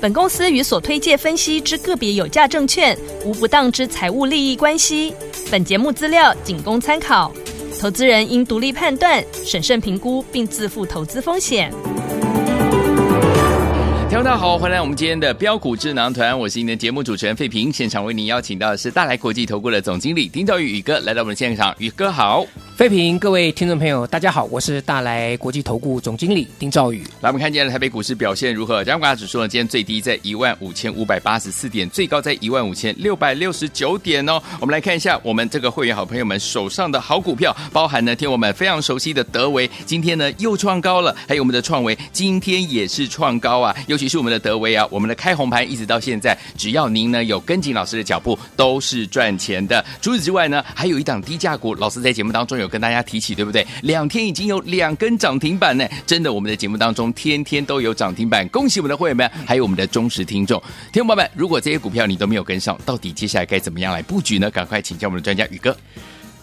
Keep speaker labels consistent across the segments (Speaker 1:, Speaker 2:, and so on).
Speaker 1: 本公司与所推介分析之个别有价证券无不当之财务利益关系。本节目资料仅供参考，投资人应独立判断、审慎评估并自负投资风险。
Speaker 2: 听众大家好，欢迎来我们今天的标股智囊团，我是您的节目主持人费平，现场为您邀请到的是大来国际投顾的总经理丁兆宇宇哥来到我们现场，宇哥好。
Speaker 3: 飞平，各位听众朋友，大家好，我是大来国际投顾总经理丁兆宇。
Speaker 2: 来，我们看今天的台北股市表现如何？加权指数呢，今天最低在15,584点，最高在15,669点哦。我们来看一下我们这个会员好朋友们手上的好股票，包含呢，听我们非常熟悉的德维，今天呢又创高了，还有我们的创维，今天也是创高啊。尤其是我们的德维啊，我们的开红盘一直到现在，只要您呢有跟紧老师的脚步，都是赚钱的。除此之外呢，还有一档低价股，老师在节目当中有跟大家提起，对不对？两天已经有两根涨停板呢，真的，我们的节目当中天天都有涨停板，恭喜我们的会员们，还有我们的忠实听众。听众朋友们，如果这些股票你都没有跟上，到底接下来该怎么样来布局呢？赶快请教我们的专家宇哥。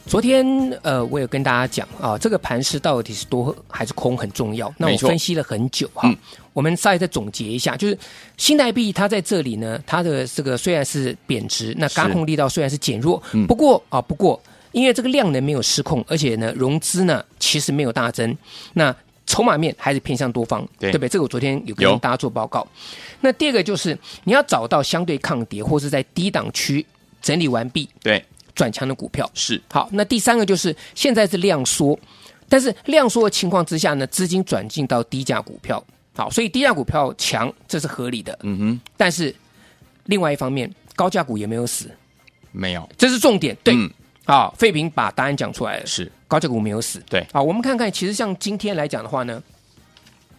Speaker 3: 昨天呃，我有跟大家讲啊，这个盘势到底是多还是空很重要。那
Speaker 2: 没
Speaker 3: 我
Speaker 2: 错
Speaker 3: 分析了很久哈、
Speaker 2: 嗯
Speaker 3: 我们稍微再总结一下，就是新台币它在这里呢，它的这个虽然是贬值，那
Speaker 2: 是
Speaker 3: 刚控力道虽然是减弱，
Speaker 2: 嗯
Speaker 3: 不过啊，不过因为这个量能没有失控，而且呢，融资呢其实没有大增，那筹码面还是偏向多方，
Speaker 2: 对
Speaker 3: 不对？这个我昨天有
Speaker 2: 有
Speaker 3: 跟大家做报告。那第二个就是你要找到相对抗跌或是在低档区整理完毕
Speaker 2: 对，
Speaker 3: 转强的股票，
Speaker 2: 是
Speaker 3: 好，那第三个就是现在是量缩，但是量缩的情况之下呢，资金转进到低价股票。好，所以低价股票强这是合理的。嗯哼。但是另外一方面，高价股也没有死，
Speaker 2: 没有，
Speaker 3: 这是重点。对。
Speaker 2: 嗯
Speaker 3: 好，费平把答案讲出来了，
Speaker 2: 是
Speaker 3: 高价股没有死。
Speaker 2: 对
Speaker 3: 好，我们看看，其实像今天来讲的话呢，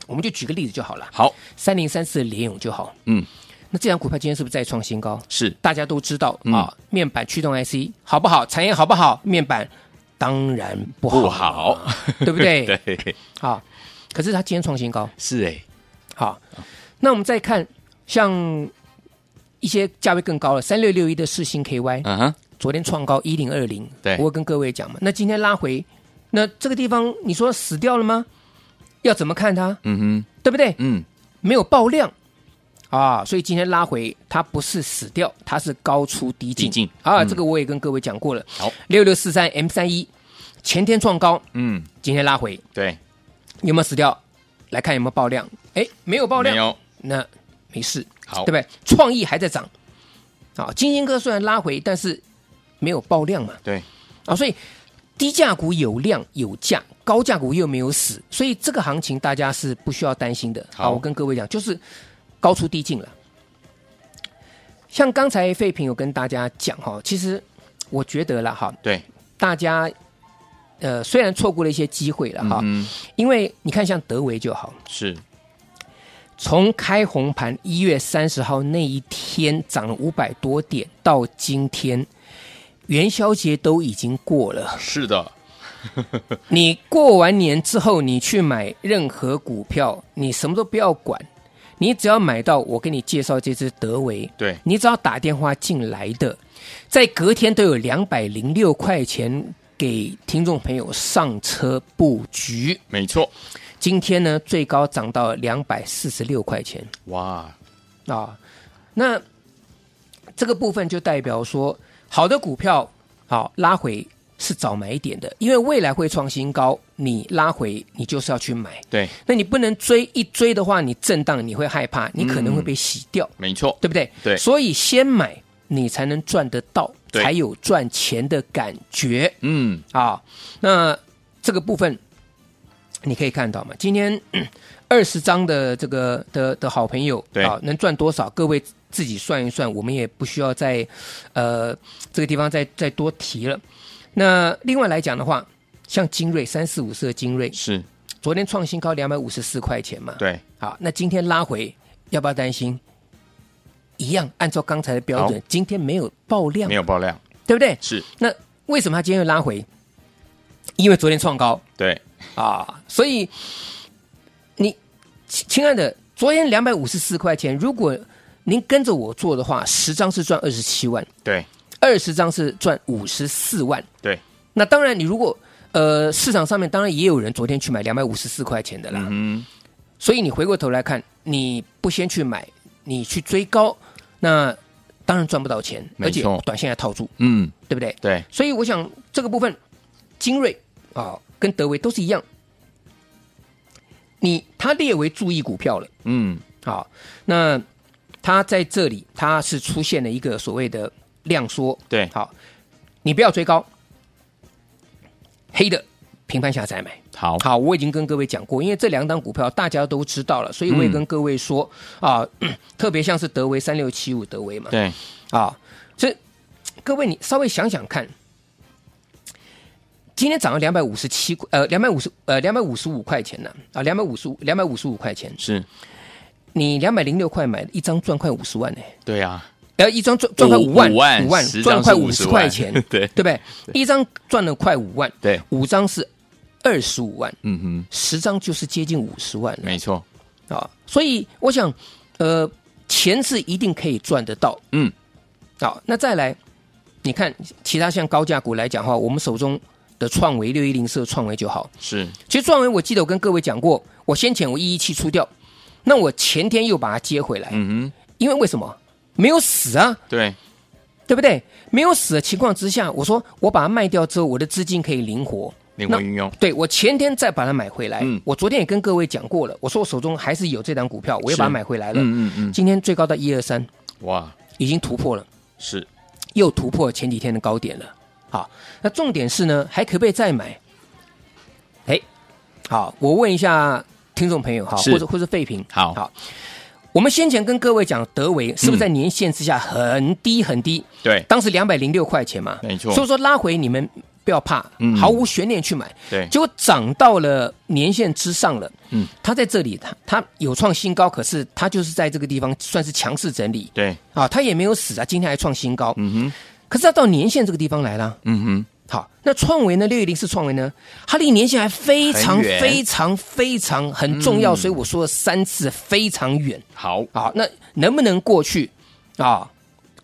Speaker 3: 我们就举个例子就好了，
Speaker 2: 好，
Speaker 3: 三零三四的联勇就好。
Speaker 2: 嗯，
Speaker 3: 那这张股票今天是不是再创新高？
Speaker 2: 是
Speaker 3: 大家都知道
Speaker 2: 嗯
Speaker 3: 啊，面板驱动 IC 好不好？产业好不好？面板当然不好，
Speaker 2: 不好，
Speaker 3: 对不对？
Speaker 2: 对，
Speaker 3: 好，可是它今天创新高，
Speaker 2: 是哎，
Speaker 3: 好，那我们再看像一些价位更高了，三六六一的世星 KY，、
Speaker 2: 嗯哼，
Speaker 3: 昨天创高一零二零，
Speaker 2: 对
Speaker 3: 我会跟各位讲嘛。那今天拉回，那这个地方你说死掉了吗？要怎么看它？
Speaker 2: 嗯哼，
Speaker 3: 对不对？
Speaker 2: 嗯，
Speaker 3: 没有爆量啊，所以今天拉回，它不是死掉，它是高出低进
Speaker 2: 低进
Speaker 3: 啊。
Speaker 2: 嗯
Speaker 3: 这个我也跟各位讲过了。
Speaker 2: 好，
Speaker 3: 六六四三 M 三一前天创高，
Speaker 2: 嗯，
Speaker 3: 今天拉回，
Speaker 2: 对，
Speaker 3: 有没有死掉？来看有没有爆量？哎，没有爆
Speaker 2: 没
Speaker 3: 量，
Speaker 2: 有，
Speaker 3: 那没事，
Speaker 2: 好
Speaker 3: 对不对？创意还在涨，啊，金星科虽然拉回，但是没有爆量嘛，
Speaker 2: 对，
Speaker 3: 啊，所以低价股有量有价，高价股又没有死，所以这个行情大家是不需要担心的。
Speaker 2: 好
Speaker 3: 我跟各位讲，就是高出低进了。像刚才费平有跟大家讲哈，其实我觉得了哈，
Speaker 2: 对，
Speaker 3: 大家呃虽然错过了一些机会了哈，
Speaker 2: 嗯哼，
Speaker 3: 因为你看像德维就好，
Speaker 2: 是，
Speaker 3: 从开红盘一月三十号那一天涨了五百多点到今天，元宵节都已经过了。
Speaker 2: 是的，
Speaker 3: 你过完年之后，你去买任何股票，你什么都不要管，你只要买到我给你介绍这只德维，
Speaker 2: 对
Speaker 3: 你只要打电话进来的，在隔天都有两百零六块钱给听众朋友上车布局。
Speaker 2: 没错，
Speaker 3: 今天呢，最高涨到两百四十六块钱
Speaker 2: 哇，
Speaker 3: 啊！那这个部分就代表说，好的股票好、拉回是早买一点的，因为未来会创新高，你拉回你就是要去买。
Speaker 2: 对，
Speaker 3: 那你不能追，一追的话，你震荡你会害怕，你可能会被洗掉，
Speaker 2: 没错，
Speaker 3: 对不对？
Speaker 2: 嗯对
Speaker 3: 所以先买你才能赚得到，
Speaker 2: 对
Speaker 3: 才有赚钱的感觉
Speaker 2: 嗯，
Speaker 3: 啊。那这个部分你可以看到嘛，今天二十张的这个的的好朋友啊
Speaker 2: 对
Speaker 3: 能赚多少？各位自己算一算，我们也不需要再呃这个地方再再多提了。那另外来讲的话，像精锐三四五四的精锐，
Speaker 2: 是，
Speaker 3: 昨天创新高两百五十四块钱嘛，
Speaker 2: 对，
Speaker 3: 好，那今天拉回，要不要担心？一样按照刚才的标准
Speaker 2: 好，
Speaker 3: 今天没有爆量
Speaker 2: 没，有爆量，
Speaker 3: 对不对？
Speaker 2: 是
Speaker 3: 那为什么它今天又拉回？因为昨天创高
Speaker 2: 对，
Speaker 3: 啊，所以你亲亲爱的，昨天两百五十四块钱，如果您跟着我做的话，十张是赚二十七万，
Speaker 2: 对，
Speaker 3: 二十张是赚五十四万。
Speaker 2: 对，
Speaker 3: 那当然，你如果呃市场上面当然也有人昨天去买两百五十四块钱的啦，
Speaker 2: 嗯，
Speaker 3: 所以你回过头来看，你不先去买，你去追高，那当然赚不到钱，
Speaker 2: 没
Speaker 3: 而且
Speaker 2: 错
Speaker 3: 短线还套住，
Speaker 2: 嗯，
Speaker 3: 对不对？
Speaker 2: 对，
Speaker 3: 所以我想这个部分，精锐啊、跟德维都是一样，你它列为注意股票了
Speaker 2: 嗯，
Speaker 3: 啊、那它在这里它是出现了一个所谓的量缩，
Speaker 2: 对
Speaker 3: 好，你不要追高，黑的平盘下再买。
Speaker 2: 好，
Speaker 3: 好，我已经跟各位讲过，因为这两档股票大家都知道了，所以我也
Speaker 2: 嗯
Speaker 3: 跟各位说啊、特别像是德维三六七五德维嘛，
Speaker 2: 对，
Speaker 3: 啊，这各位你稍微想想看，今天涨了两百五十七呃两百五十呃两百五十五块钱呢啊两百五十两百五十五块钱，
Speaker 2: 是，
Speaker 3: 你两百零六块买一张赚快五十万呢、欸，
Speaker 2: 对啊，
Speaker 3: 呃一张赚赚快
Speaker 2: 五
Speaker 3: 五万
Speaker 2: 五万十
Speaker 3: 赚
Speaker 2: 张
Speaker 3: 快
Speaker 2: 是
Speaker 3: 五
Speaker 2: 50
Speaker 3: 十
Speaker 2: 万，
Speaker 3: 块钱
Speaker 2: 对
Speaker 3: 对不对？一张赚了快五万，
Speaker 2: 对
Speaker 3: 五张是二十五万，
Speaker 2: 嗯哼，
Speaker 3: 十张就是接近五十万了
Speaker 2: 没错，
Speaker 3: 啊，所以我想，呃，钱是一定可以赚得到。
Speaker 2: 嗯，
Speaker 3: 好，那再来，你看其他像高价股来讲的话，我们手中的创维六一零四创维就好。
Speaker 2: 是，
Speaker 3: 其实创维，我记得我跟各位讲过，我先前我一一七出掉，那我前天又把它接回来，
Speaker 2: 嗯哼，
Speaker 3: 因为为什么没有死啊？
Speaker 2: 对，
Speaker 3: 对不对？没有死的情况之下，我说我把它卖掉之后，我的资金可以灵活。
Speaker 2: 灵活运用，
Speaker 3: 对，我前天再把它买回来。
Speaker 2: 嗯
Speaker 3: 我昨天也跟各位讲过了，我说我手中还是有这档股票，我又把它
Speaker 2: 是
Speaker 3: 买回来了。
Speaker 2: 嗯嗯嗯，
Speaker 3: 今天最高到一二三，
Speaker 2: 哇，
Speaker 3: 已经突破了，
Speaker 2: 是，
Speaker 3: 又突破前几天的高点了。好，那重点是呢，还可不可以再买？哎，好，我问一下听众朋友哈，
Speaker 2: 是
Speaker 3: 或者或者废品，
Speaker 2: 好嗯
Speaker 3: 好，我们先前跟各位讲，德维是不是在年限之下很低很低？
Speaker 2: 对，
Speaker 3: 当时两百零六块钱嘛，
Speaker 2: 哎没错
Speaker 3: 所以说拉回你们不要怕，
Speaker 2: 嗯
Speaker 3: 毫无悬念去买。
Speaker 2: 对
Speaker 3: 结果涨到了年线之上了。
Speaker 2: 嗯，
Speaker 3: 它在这里，它它有创新高，可是它就是在这个地方算是强势整理
Speaker 2: 对，
Speaker 3: 啊，它也没有死啊，今天还创新高。
Speaker 2: 嗯哼，
Speaker 3: 可是它到年线这个地方来了。
Speaker 2: 嗯哼，
Speaker 3: 好，那创维呢？六一零四创维呢？它离年线还非常
Speaker 2: 很远嗯
Speaker 3: 非常非常很重要，所以我说了三次非常远。
Speaker 2: 好，
Speaker 3: 好，那能不能过去啊？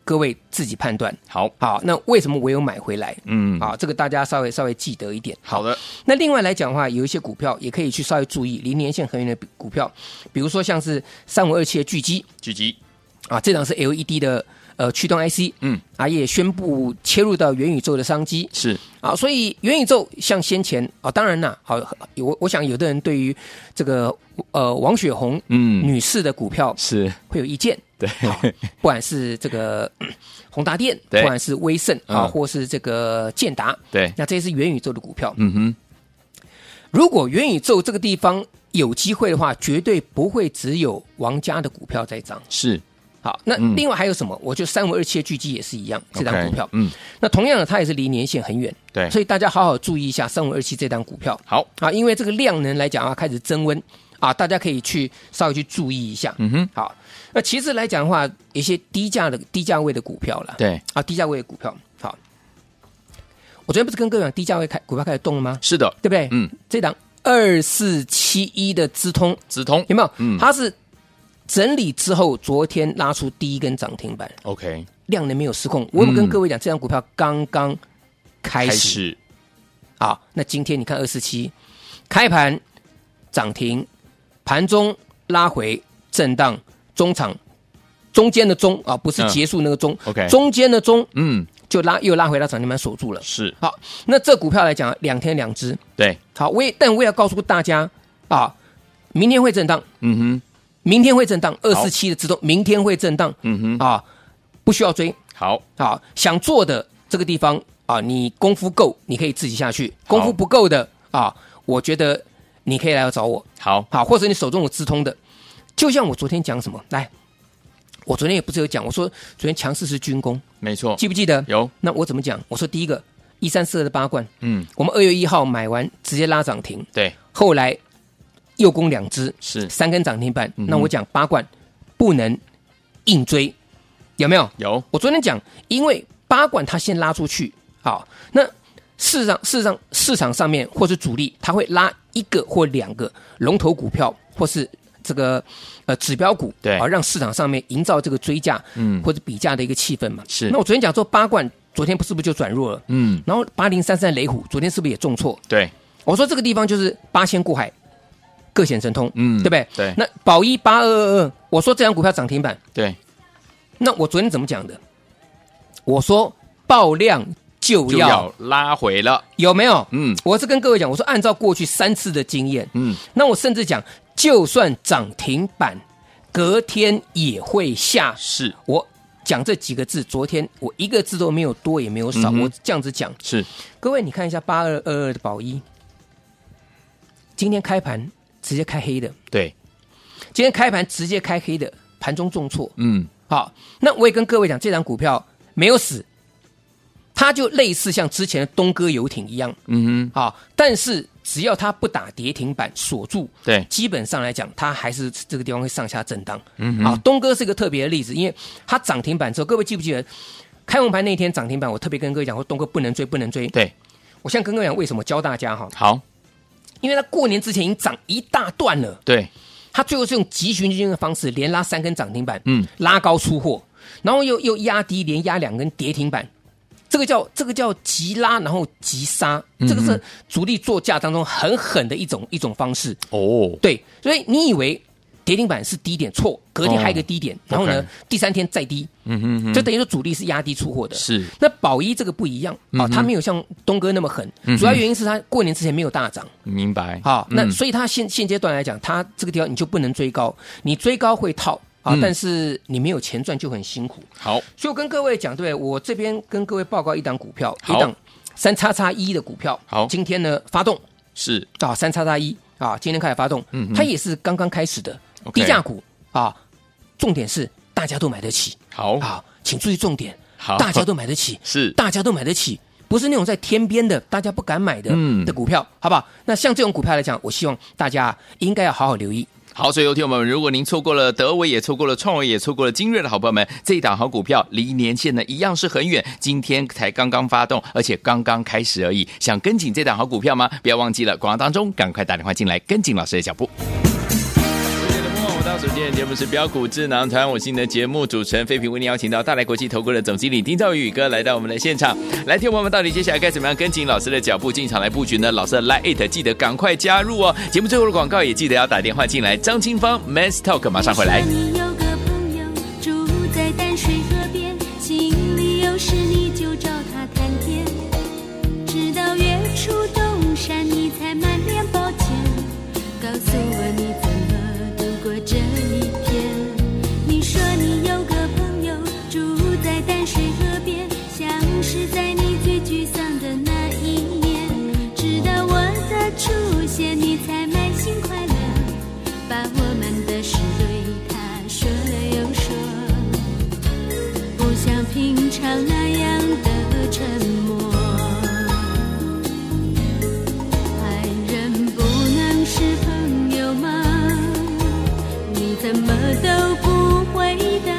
Speaker 3: 各位自己判断。
Speaker 2: 好，
Speaker 3: 好，那为什么我有买回来？
Speaker 2: 嗯，
Speaker 3: 啊，这个大家稍微稍微记得一点。
Speaker 2: 好的，
Speaker 3: 那另外来讲的话，有一些股票也可以去稍微注意，离年线很远的股票，比如说像是三五二七的巨基
Speaker 2: 狙击，
Speaker 3: 啊，这档是 LED 的呃驱动 IC，
Speaker 2: 嗯，
Speaker 3: 啊也宣布切入到元宇宙的商机
Speaker 2: 是，
Speaker 3: 啊，所以元宇宙像先前啊，当然啦，好，我我想有的人对于这个呃王雪红
Speaker 2: 嗯，
Speaker 3: 女士的股票
Speaker 2: 是，
Speaker 3: 会有意见，
Speaker 2: 对，
Speaker 3: 好不管是这 个嗯宏达电，不
Speaker 2: 对
Speaker 3: 管是威盛啊，
Speaker 2: 嗯
Speaker 3: 或是这个建达，
Speaker 2: 对，
Speaker 3: 那这些是元宇宙的股票。
Speaker 2: 嗯哼，
Speaker 3: 如果元宇宙这个地方有机会的话，绝对不会只有王家的股票在涨。
Speaker 2: 是，
Speaker 3: 好，那
Speaker 2: 嗯
Speaker 3: 另外还有什么？我觉得三五二七的巨基也是一样，这档
Speaker 2: OK，
Speaker 3: 股票。
Speaker 2: 嗯，
Speaker 3: 那同样的，它也是离年限很远，
Speaker 2: 对，
Speaker 3: 所以大家好好注意一下三五二七这档股票
Speaker 2: 好，
Speaker 3: 啊，因为这个量能来讲啊，开始增温啊，大家可以去稍微去注意一下。
Speaker 2: 嗯哼，
Speaker 3: 好，那其次来讲的话，一些低价的低价位的股票了，
Speaker 2: 对，
Speaker 3: 啊，低价位的股票。好，我昨天不是跟各位讲低价位开股票开始动了吗？
Speaker 2: 是的，
Speaker 3: 对不对？
Speaker 2: 嗯，
Speaker 3: 这档二四七一的资通
Speaker 2: 直通
Speaker 3: 有没有？
Speaker 2: 嗯
Speaker 3: 它是整理之后，昨天拉出第一根涨停板，
Speaker 2: ，OK，
Speaker 3: 量能没有失控。我有
Speaker 2: 嗯
Speaker 3: 没有跟各位讲，这张股票刚刚开
Speaker 2: 开
Speaker 3: 始
Speaker 2: 始，
Speaker 3: 啊。那今天你看二四七开盘涨停，盘中拉回震荡，中场中间的中啊，不是
Speaker 2: 嗯
Speaker 3: 结束那个中、
Speaker 2: OK
Speaker 3: 中间的中
Speaker 2: 嗯，
Speaker 3: 就拉又拉回到涨停板锁住了。
Speaker 2: 是，
Speaker 3: 好，那这股票来讲，两天两只，
Speaker 2: 对，
Speaker 3: 好，我也但我也要告诉大家啊，明天会震荡，
Speaker 2: 嗯哼，
Speaker 3: 明天会震荡，二四七的自动明天会震荡
Speaker 2: 嗯哼，
Speaker 3: 啊，不需要追
Speaker 2: 好，
Speaker 3: 啊，想做的这个地方啊，你功夫够，你可以自己下去；功夫不够的啊，我觉得你可以来找我，
Speaker 2: 好，
Speaker 3: 好，或者你手中有资通的，就像我昨天讲什么来。我昨天也不是有讲，我说昨天强势是军工，
Speaker 2: 没错，
Speaker 3: 记不记得？
Speaker 2: 有，
Speaker 3: 那我怎么讲？我说第一个一三四二的八冠，
Speaker 2: 嗯，
Speaker 3: 我们二月一号买完直接拉涨停，
Speaker 2: 对，
Speaker 3: 后来又攻两只，
Speaker 2: 是，
Speaker 3: 三根涨停板。
Speaker 2: 嗯哼
Speaker 3: 那我讲八冠不能硬追，有没有？
Speaker 2: 有，
Speaker 3: 我昨天讲，因为八管它先拉出去，好，那市场市场市场上面或是主力，它会拉一个或两个龙头股票，或是这个呃指标股，
Speaker 2: 对
Speaker 3: 啊，让市场上面营造这个追价，
Speaker 2: 嗯
Speaker 3: 或者比价的一个气氛嘛。
Speaker 2: 是
Speaker 3: 那我昨天讲说八冠，昨天不是不是就转弱了？
Speaker 2: 嗯，
Speaker 3: 然后八零三三雷虎昨天是不是也重挫？
Speaker 2: 对，
Speaker 3: 我说这个地方就是八仙过海，各显神通，
Speaker 2: 嗯
Speaker 3: 对不对？
Speaker 2: 对
Speaker 3: 那宝一八二二二，我说这张股票涨停板，
Speaker 2: 对，
Speaker 3: 那我昨天怎么讲的？我说爆量就
Speaker 2: 就
Speaker 3: 要
Speaker 2: 要拉回了，
Speaker 3: 有没有？
Speaker 2: 嗯
Speaker 3: 我是跟各位讲，我说按照过去三次的经验，
Speaker 2: 嗯，
Speaker 3: 那我甚至讲，就算涨停板，隔天也会下。
Speaker 2: 是
Speaker 3: 我讲这几个字，昨天我一个字都没有多，也没有少，
Speaker 2: 嗯哼
Speaker 3: 我这样子讲。
Speaker 2: 是，
Speaker 3: 各位，你看一下八二二二的宝一，今天开盘直接开黑的，
Speaker 2: 对，
Speaker 3: 今天开盘直接开黑的，盘中重挫，
Speaker 2: 嗯，
Speaker 3: 好，那我也跟各位讲，这档股票没有死，它就类似像之前的东哥游艇一样，
Speaker 2: 嗯哼，
Speaker 3: 好，但是只要它不打跌停板锁住，
Speaker 2: 对，
Speaker 3: 基本上来讲，它还是这个地方会上下震荡。嗯，好，东哥是一个特别的例子，因为它涨停板之后，各位记不记得开红盘那一天涨停板，我特别跟各位讲说，东哥不能追，不能追。
Speaker 2: 对，
Speaker 3: 我现在跟各位讲为什么教大家哈，
Speaker 2: 好，
Speaker 3: 因为它过年之前已经涨一大段了。
Speaker 2: 对，
Speaker 3: 他最后是用集群基金的方式，连拉三根涨停板，
Speaker 2: 嗯
Speaker 3: 嗯，拉高出货，然后又又压低，连压两根跌停板，这个叫这个叫急拉，然后急杀，
Speaker 2: 嗯
Speaker 3: 这个是主力做价当中很狠的一种一种方式。
Speaker 2: 哦，
Speaker 3: 对，所以你以为跌停板是低点，错，隔天
Speaker 2: 哦
Speaker 3: 还有一个低点，然后呢
Speaker 2: OK，
Speaker 3: 第三天再低，
Speaker 2: 嗯哼哼，
Speaker 3: 就等于说主力是压低出货的。
Speaker 2: 是，嗯
Speaker 3: 那宝一这个不一样啊，它没有像东哥那么狠，主要原因是它过年之前没有大涨。
Speaker 2: 明白，
Speaker 3: 好，那
Speaker 2: 嗯
Speaker 3: 所以它现现阶段来讲，它这个地方你就不能追高，你追高会套啊，
Speaker 2: 嗯
Speaker 3: 但是你没有钱赚就很辛苦。
Speaker 2: 好，
Speaker 3: 所以我跟各位讲，对我这边跟各位报告一档股票，一
Speaker 2: 好
Speaker 3: 档三叉叉一的股票，
Speaker 2: 好
Speaker 3: 今天呢发动
Speaker 2: 是，
Speaker 3: 啊，三叉叉一啊，今天开始发动，
Speaker 2: 嗯
Speaker 3: 它也是刚刚开始的
Speaker 2: OK
Speaker 3: 低价股啊，重点是大家都买得起
Speaker 2: 好，
Speaker 3: 啊，请注意重点，
Speaker 2: 哦好
Speaker 3: 大家都买得起，
Speaker 2: 是，
Speaker 3: 大家都买得起，不是那种在天边的大家不敢买的、
Speaker 2: 嗯
Speaker 3: 的股票，好不好？那像这种股票来讲，我希望大家应该要好好留意。
Speaker 2: 好，所以有听友们，如果您错过了德伟，也错过了创维，也错过了精锐的好朋友们，这一档好股票离年限呢一样是很远，今天才刚刚发动，而且刚刚开始而已。想跟紧这档好股票吗？不要忘记了，广告当中赶快打电话进来跟紧老师的脚步。我到首先的节目是标股智囊团，我是你的节目主持人费平，为您邀请到大来国际投顾的总经理丁兆宇宇哥来到我们的现场，来听我们到底接下来该怎么样跟紧老师的脚步进场来布局呢？老师的 Line It 记得赶快加入哦，节目最后的广告也记得要打电话进来。张清芳 Men's Talk 马上回来。
Speaker 4: 你有个朋友住在淡水河边，心里有事你就找他谈天，直到月出东山，你才满脸抱歉，告诉我你怎么度过这一天。你说你有个朋友住在淡水河边，像是在你最沮丧的那一年，直到我的出现，你才满心快乐。把我们的事对他说了又说，不像平常那样的沉默。爱人不能是朋友吗？你怎么都不回答？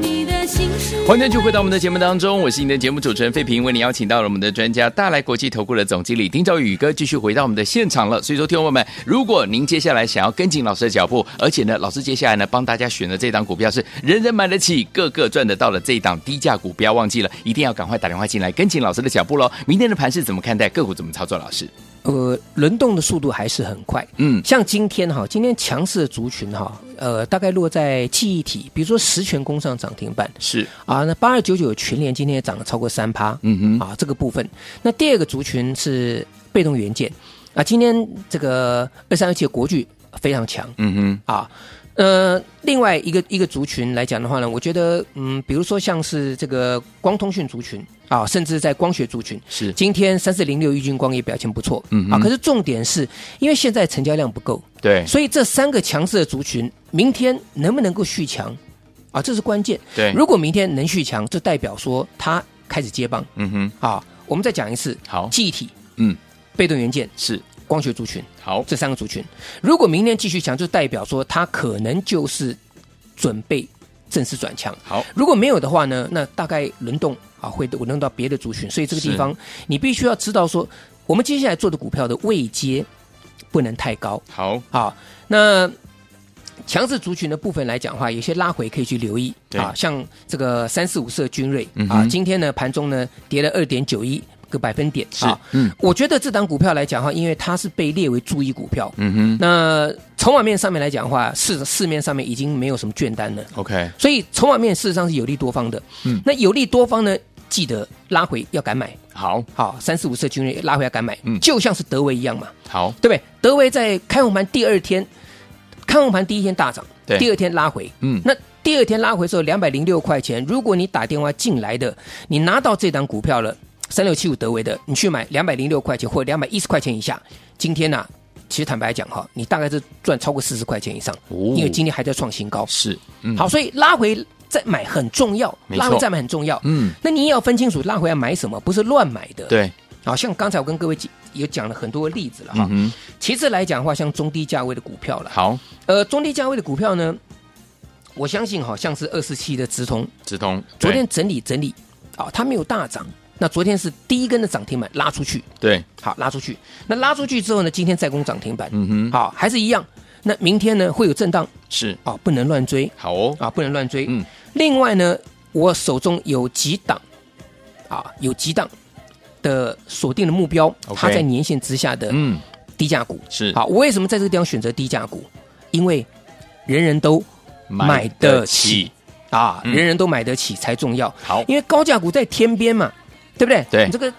Speaker 4: 你的心事。
Speaker 2: 欢迎就回到我们的节目当中，我是您的节目主持人费平，为您邀请到了我们的专家大来国际投顾的总经理丁兆宇宇哥，继续回到我们的现场了。所以说，听众朋友们，如果您接下来想要跟紧老师的脚步，而且呢，老师接下来呢帮大家选的这档股票是人人买得起、个个赚得到的这一档低价股，不要忘记了，一定要赶快打电话进来跟紧老师的脚步喽。明天的盘是怎么看待？个股怎么操作？老师，
Speaker 3: 呃，轮动的速度还是很快。
Speaker 2: 嗯，
Speaker 3: 像今天哈，今天强势的族群哈，呃，大概落在记忆体，比如说十全攻上涨停板
Speaker 2: 是，
Speaker 3: 啊，那八二九九群联今天也涨了超过三趴，
Speaker 2: 嗯哼，
Speaker 3: 啊，这个部分。那第二个族群是被动元件啊，今天这个二三二七的国巨非常强，
Speaker 2: 嗯哼，
Speaker 3: 啊。呃，另外一个一个族群来讲的话呢，我觉得，嗯，比如说像是这个光通讯族群啊，甚至在光学族群，
Speaker 2: 是，嗯
Speaker 3: 今天三四零六玉金光也表现不错，
Speaker 2: 嗯哼
Speaker 3: 啊，可是重点是因为现在成交量不够，
Speaker 2: 对，
Speaker 3: 所以这三个强势的族群，明天能不能够续强啊，这是关键。
Speaker 2: 对，
Speaker 3: 如果明天能续强，就代表说它开始接棒
Speaker 2: 嗯哼，
Speaker 3: 啊。我们再讲一次，
Speaker 2: 好，
Speaker 3: 记忆体、
Speaker 2: 嗯，
Speaker 3: 被动元件、
Speaker 2: 是，
Speaker 3: 光学族群，
Speaker 2: 好，
Speaker 3: 这三个族群，如果明年继续强，就代表说它可能就是准备正式转强。
Speaker 2: 好
Speaker 3: 如果没有的话呢，那大概轮动啊会轮动到别的族群，所以这个地
Speaker 2: 是
Speaker 3: 方你必须要知道说，我们接下来做的股票的位阶不能太高。
Speaker 2: 好，
Speaker 3: 好，那强势族群的部分来讲的话，有些拉回可以去留意
Speaker 2: 对
Speaker 3: 啊，像这个三四五四的君瑞、
Speaker 2: 嗯
Speaker 3: 啊，
Speaker 2: 哼
Speaker 3: 今天呢盘中呢跌了二点九一个百分点啊
Speaker 2: 是，嗯
Speaker 3: 我觉得这档股票来讲的话，因为它是被列为注意股票，
Speaker 2: 嗯哼
Speaker 3: 那筹码面上面来讲的话，市市面上面已经没有什么券单了，
Speaker 2: ，OK，
Speaker 3: 所以筹码面事实上是有利多方的。
Speaker 2: 嗯
Speaker 3: 那有利多方呢，记得拉回要敢买，
Speaker 2: 好，
Speaker 3: 好，三四五四的君瑞拉回要敢买，
Speaker 2: 嗯
Speaker 3: 就像是德维一样嘛。
Speaker 2: 好，
Speaker 3: 对不对？德威在开红盘第二天，开红盘第一天大涨，
Speaker 2: 对
Speaker 3: 第二天拉回，
Speaker 2: 嗯
Speaker 3: 那第二天拉回之后两百零六块钱，如果你打电话进来的，你拿到这档股票了，三六七五德威的，你去买两百零六块钱或两百一十块钱以下，今天呐、其实坦白讲哈，你大概是赚超过四十块钱以上，
Speaker 2: 哦
Speaker 3: 因为今天还在创新高。
Speaker 2: 是，嗯，
Speaker 3: 好，所以拉回再买很重要，
Speaker 2: 没错
Speaker 3: 拉回再买很重要。
Speaker 2: 嗯，
Speaker 3: 那你也要分清楚拉回要买什么，不是乱买的。，
Speaker 2: 对，
Speaker 3: 好像刚才我跟各位讲有讲了很多例子了哈。
Speaker 2: 嗯哼，
Speaker 3: 其次来讲的话，像中低价位的股票了，
Speaker 2: 好，
Speaker 3: 呃，中低价位的股票呢，我相信好像是二四七的直通，
Speaker 2: 直通，
Speaker 3: 昨天整理整理，啊、它没有大涨，那昨天是第一根的涨停板拉出去，
Speaker 2: 对，对
Speaker 3: 好拉出去，那拉出去之后呢，今天再攻涨停板，
Speaker 2: 嗯哼，
Speaker 3: 好、还是一样，那明天呢会有震荡，
Speaker 2: 是，
Speaker 3: 啊、不能乱追，
Speaker 2: 好哦，
Speaker 3: 啊，不能乱追。
Speaker 2: 嗯
Speaker 3: 另外呢，我手中有几档，啊，有几档的锁定的目标
Speaker 2: OK
Speaker 3: 它在年线之下的
Speaker 2: 嗯，
Speaker 3: 低价股。
Speaker 2: 是，
Speaker 3: 好，我为什么在这个地方选择低价股？因为人人都买得起，啊，
Speaker 2: 嗯
Speaker 3: 人人都买得起才重要。
Speaker 2: 好，
Speaker 3: 因为高价股在天边嘛，对不对？
Speaker 2: 对
Speaker 3: 你这个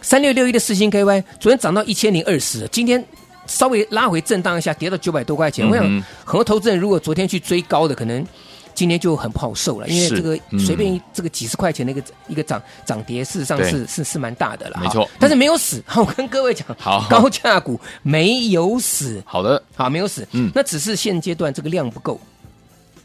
Speaker 3: 三六六一的四星 KY，昨天涨到一千零二十，今天稍微拉回震荡一下，跌到九百多块钱。我想
Speaker 2: 嗯哼
Speaker 3: 很多投资人如果昨天去追高的，可能。今天就很不好受了，因为
Speaker 2: 是
Speaker 3: 这个
Speaker 2: 嗯
Speaker 3: 随便一这个几十块钱的一个一个涨涨跌，事实上
Speaker 2: 对
Speaker 3: 是是是蛮大的了，
Speaker 2: 没错
Speaker 3: 啊但是没有死，我跟各位讲，
Speaker 2: 好
Speaker 3: 高价股没有死，
Speaker 2: 好的，
Speaker 3: 好，没有死。
Speaker 2: 嗯
Speaker 3: 那只是现阶段这个量不够，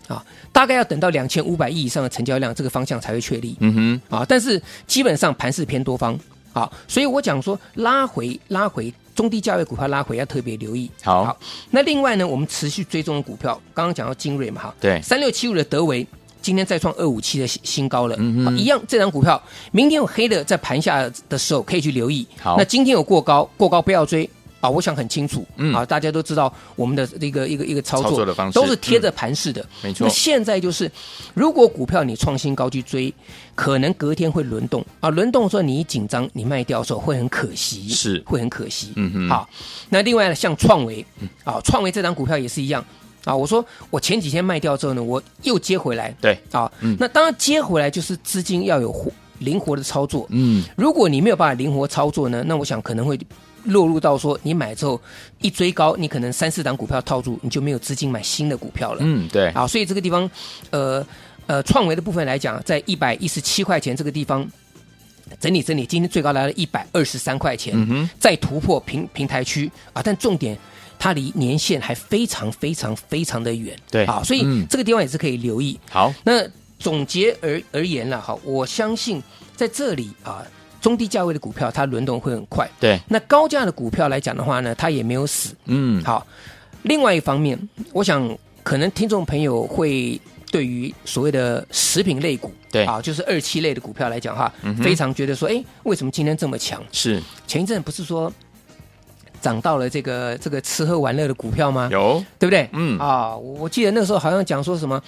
Speaker 3: 啊，大概要等到两千五百亿以上的成交量，这个方向才会确立。
Speaker 2: 嗯哼，
Speaker 3: 啊，但是基本上盘势偏多方，啊，所以我讲说拉回拉回中低价位股票拉回要特别留意。
Speaker 2: 好
Speaker 3: 那另外呢，我们持续追踪的股票，刚刚讲到精锐嘛，哈，
Speaker 2: 对
Speaker 3: 三六七五的德维。今天再创二五七的新新高了，
Speaker 2: 嗯哼
Speaker 3: 好一样这张股票，明天有黑的在盘下的时候可以去留意。
Speaker 2: 好
Speaker 3: 那今天有过高，过高不要追啊！我想很清楚，
Speaker 2: 嗯
Speaker 3: 啊，大家都知道我们的这个一个一个操作
Speaker 2: 操作的方式嗯
Speaker 3: 都是贴着盘式的，
Speaker 2: 没错
Speaker 3: 那现在就是，如果股票你创新高去追，可能隔天会轮动啊，轮动的时候你一紧张，你卖掉的时候会很可惜，
Speaker 2: 是
Speaker 3: 会很可惜。
Speaker 2: 嗯哼
Speaker 3: 好，那另外呢，像创维啊，创维这张股票也是一样啊。我说我前几天卖掉之后呢，我又接回来
Speaker 2: 对，
Speaker 3: 啊。
Speaker 2: 嗯
Speaker 3: 那当然接回来就是资金要有活灵活的操作。
Speaker 2: 嗯，
Speaker 3: 如果你没有办法灵活操作呢，那我想可能会落入到说你买之后一追高，你可能三四档股票套住，你就没有资金买新的股票了。
Speaker 2: 嗯，对，
Speaker 3: 啊，所以这个地方，呃呃，创维的部分来讲，在一百一十七块钱这个地方整理整理，今天最高来了一百二十三块钱，
Speaker 2: 嗯哼，
Speaker 3: 再突破平平台区啊，但重点。它离年限还非常非常非常的远，
Speaker 2: 对
Speaker 3: 啊，所以
Speaker 2: 嗯
Speaker 3: 这个地方也是可以留意。
Speaker 2: 好，
Speaker 3: 那总结而而言了哈，我相信在这里啊，中低价位的股票它轮动会很快，
Speaker 2: 对，
Speaker 3: 那高价的股票来讲的话呢，它也没有死，
Speaker 2: 嗯，
Speaker 3: 好，另外一方面，我想可能听众朋友会对于所谓的食品类股，
Speaker 2: 对
Speaker 3: 啊，就是二期类的股票来讲哈，
Speaker 2: 嗯哼
Speaker 3: 非常觉得说，哎，为什么今天这么强？
Speaker 2: 是
Speaker 3: 前一阵不是说涨到了这个这个吃喝玩乐的股票吗？
Speaker 2: 有，
Speaker 3: 对不对？
Speaker 2: 嗯
Speaker 3: 啊，我我记得那时候好像讲说什么，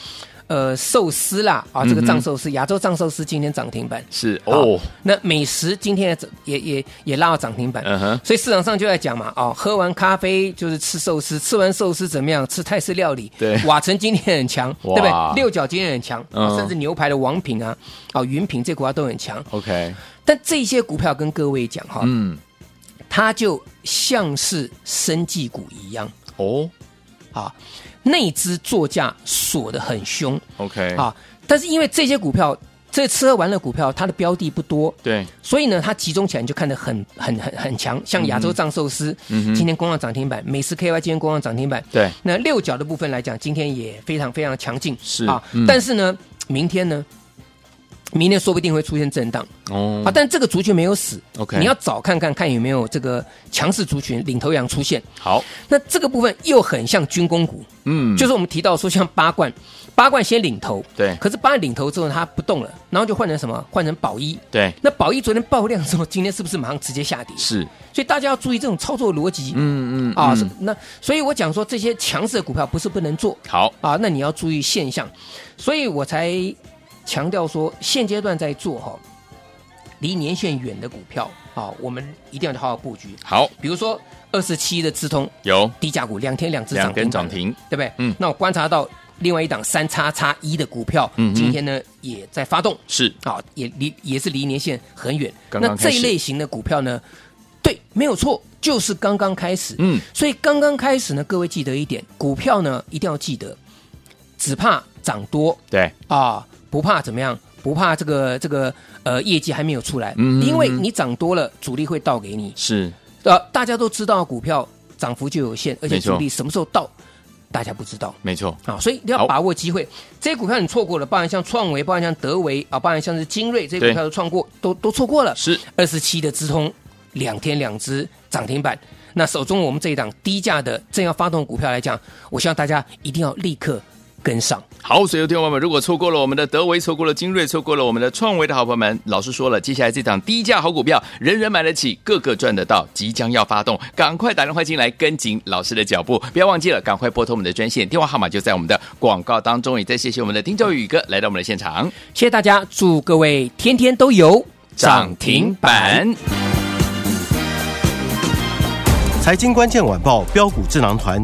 Speaker 3: 呃，寿司啦，啊，这个
Speaker 2: 嗯哼
Speaker 3: 藏寿司，亚洲藏寿司今天涨停板。
Speaker 2: 是哦
Speaker 3: 好，，那美食今天也涨也也也拉到涨停板。
Speaker 2: 嗯哼，
Speaker 3: 所以市场上就在讲嘛，哦，喝完咖啡就是吃寿司，吃完寿司怎么样？吃泰式料理。
Speaker 2: 对
Speaker 3: 瓦城今天很强，对
Speaker 2: 哇
Speaker 3: 不对？六角今天很强，
Speaker 2: 嗯
Speaker 3: 啊甚至牛排的王品啊，哦，云品这股票都很强。
Speaker 2: ，OK，
Speaker 3: 但这些股票跟各位讲哈，
Speaker 2: 嗯，
Speaker 3: 它就像是生技股一样
Speaker 2: 哦
Speaker 3: 啊，内资作价锁得很凶
Speaker 2: ，OK，，
Speaker 3: 啊。但是因为这些股票，这吃喝玩乐股票，它的标的不多，
Speaker 2: 对，
Speaker 3: 所以呢，它集中起来你就看得很很很很强，像亚洲藏寿司、
Speaker 2: 嗯哼
Speaker 3: 今天攻上涨停板，美食 KY 今天攻上涨停板。
Speaker 2: 对，
Speaker 3: 那六角的部分来讲，今天也非常非常强劲，
Speaker 2: 是
Speaker 3: 啊、
Speaker 2: 嗯
Speaker 3: 但是呢，明天呢，明天说不定会出现震荡
Speaker 2: 哦
Speaker 3: 啊，但这个族群没有死
Speaker 2: OK
Speaker 3: 你要找看看看有没有这个强势族群领头羊出现。
Speaker 2: 好，
Speaker 3: 那这个部分又很像军工股，
Speaker 2: 嗯，
Speaker 3: 就是我们提到说像八冠，八冠先领头，
Speaker 2: 对
Speaker 3: 可是八冠领头之后它不动了，然后就换成什么？换成宝一。
Speaker 2: 对，
Speaker 3: 那宝一昨天爆量之后，今天是不是马上直接下跌？
Speaker 2: 是，
Speaker 3: 所以大家要注意这种操作逻辑。
Speaker 2: 嗯嗯
Speaker 3: 啊，是
Speaker 2: 嗯
Speaker 3: 那所以我讲说这些强势的股票不是不能做
Speaker 2: 好，
Speaker 3: 啊，那你要注意现象，所以我才强调说现阶段在做哈、离年限远的股票啊，我们一定要好好布局。
Speaker 2: 好，
Speaker 3: 比如说二十七的资通
Speaker 2: 有
Speaker 3: 低价股，两天两只涨
Speaker 2: 两
Speaker 3: 停板
Speaker 2: 根涨，停，
Speaker 3: 对不对？
Speaker 2: 嗯
Speaker 3: 那我观察到另外一档三叉叉一的股票，
Speaker 2: 嗯哼
Speaker 3: 今天呢也在发动，
Speaker 2: 是
Speaker 3: 啊，也离也是离年线很远。
Speaker 2: 刚刚
Speaker 3: 那
Speaker 2: 开
Speaker 3: 这
Speaker 2: 始
Speaker 3: 一类型的股票呢，对，没有错，就是刚刚开始。
Speaker 2: 嗯，
Speaker 3: 所以刚刚开始呢，各位记得一点，股票呢一定要记得，只怕涨多
Speaker 2: 对，
Speaker 3: 啊，不怕怎么样。不怕这个这个呃业绩还没有出来，
Speaker 2: 嗯
Speaker 3: 因为你涨多了，主力会倒给你。
Speaker 2: 是
Speaker 3: 呃，大家都知道股票涨幅就有限，而且
Speaker 2: 没错
Speaker 3: 主力什么时候到，大家不知道。
Speaker 2: 没错，
Speaker 3: 啊，所以你
Speaker 2: 好
Speaker 3: 要把握机会。这些股票你错过了，包含像创维，包含像德维啊，包含像是精锐，这些
Speaker 2: 对
Speaker 3: 股票都创过，都都错过了。
Speaker 2: 是
Speaker 3: 二十七的资通，两天两只涨停板。那手中我们这一档低价的正要发动的股票来讲，我希望大家一定要立刻跟上。
Speaker 2: 好，所以有听众朋友们，如果错过了我们的德维，错过了精锐，错过了我们的创维的好朋友们，老师说了，接下来这档低价好股票，人人买得起，个个赚得到，即将要发动，赶快打电话进来跟紧老师的脚步，不要忘记了，赶快拨通我们的专线，电话号码就在我们的广告当中。也再谢谢我们的丁兆宇哥来到我们的现场，
Speaker 3: 谢谢大家，祝各位天天都有。
Speaker 5: 财经关键晚报标股智囊团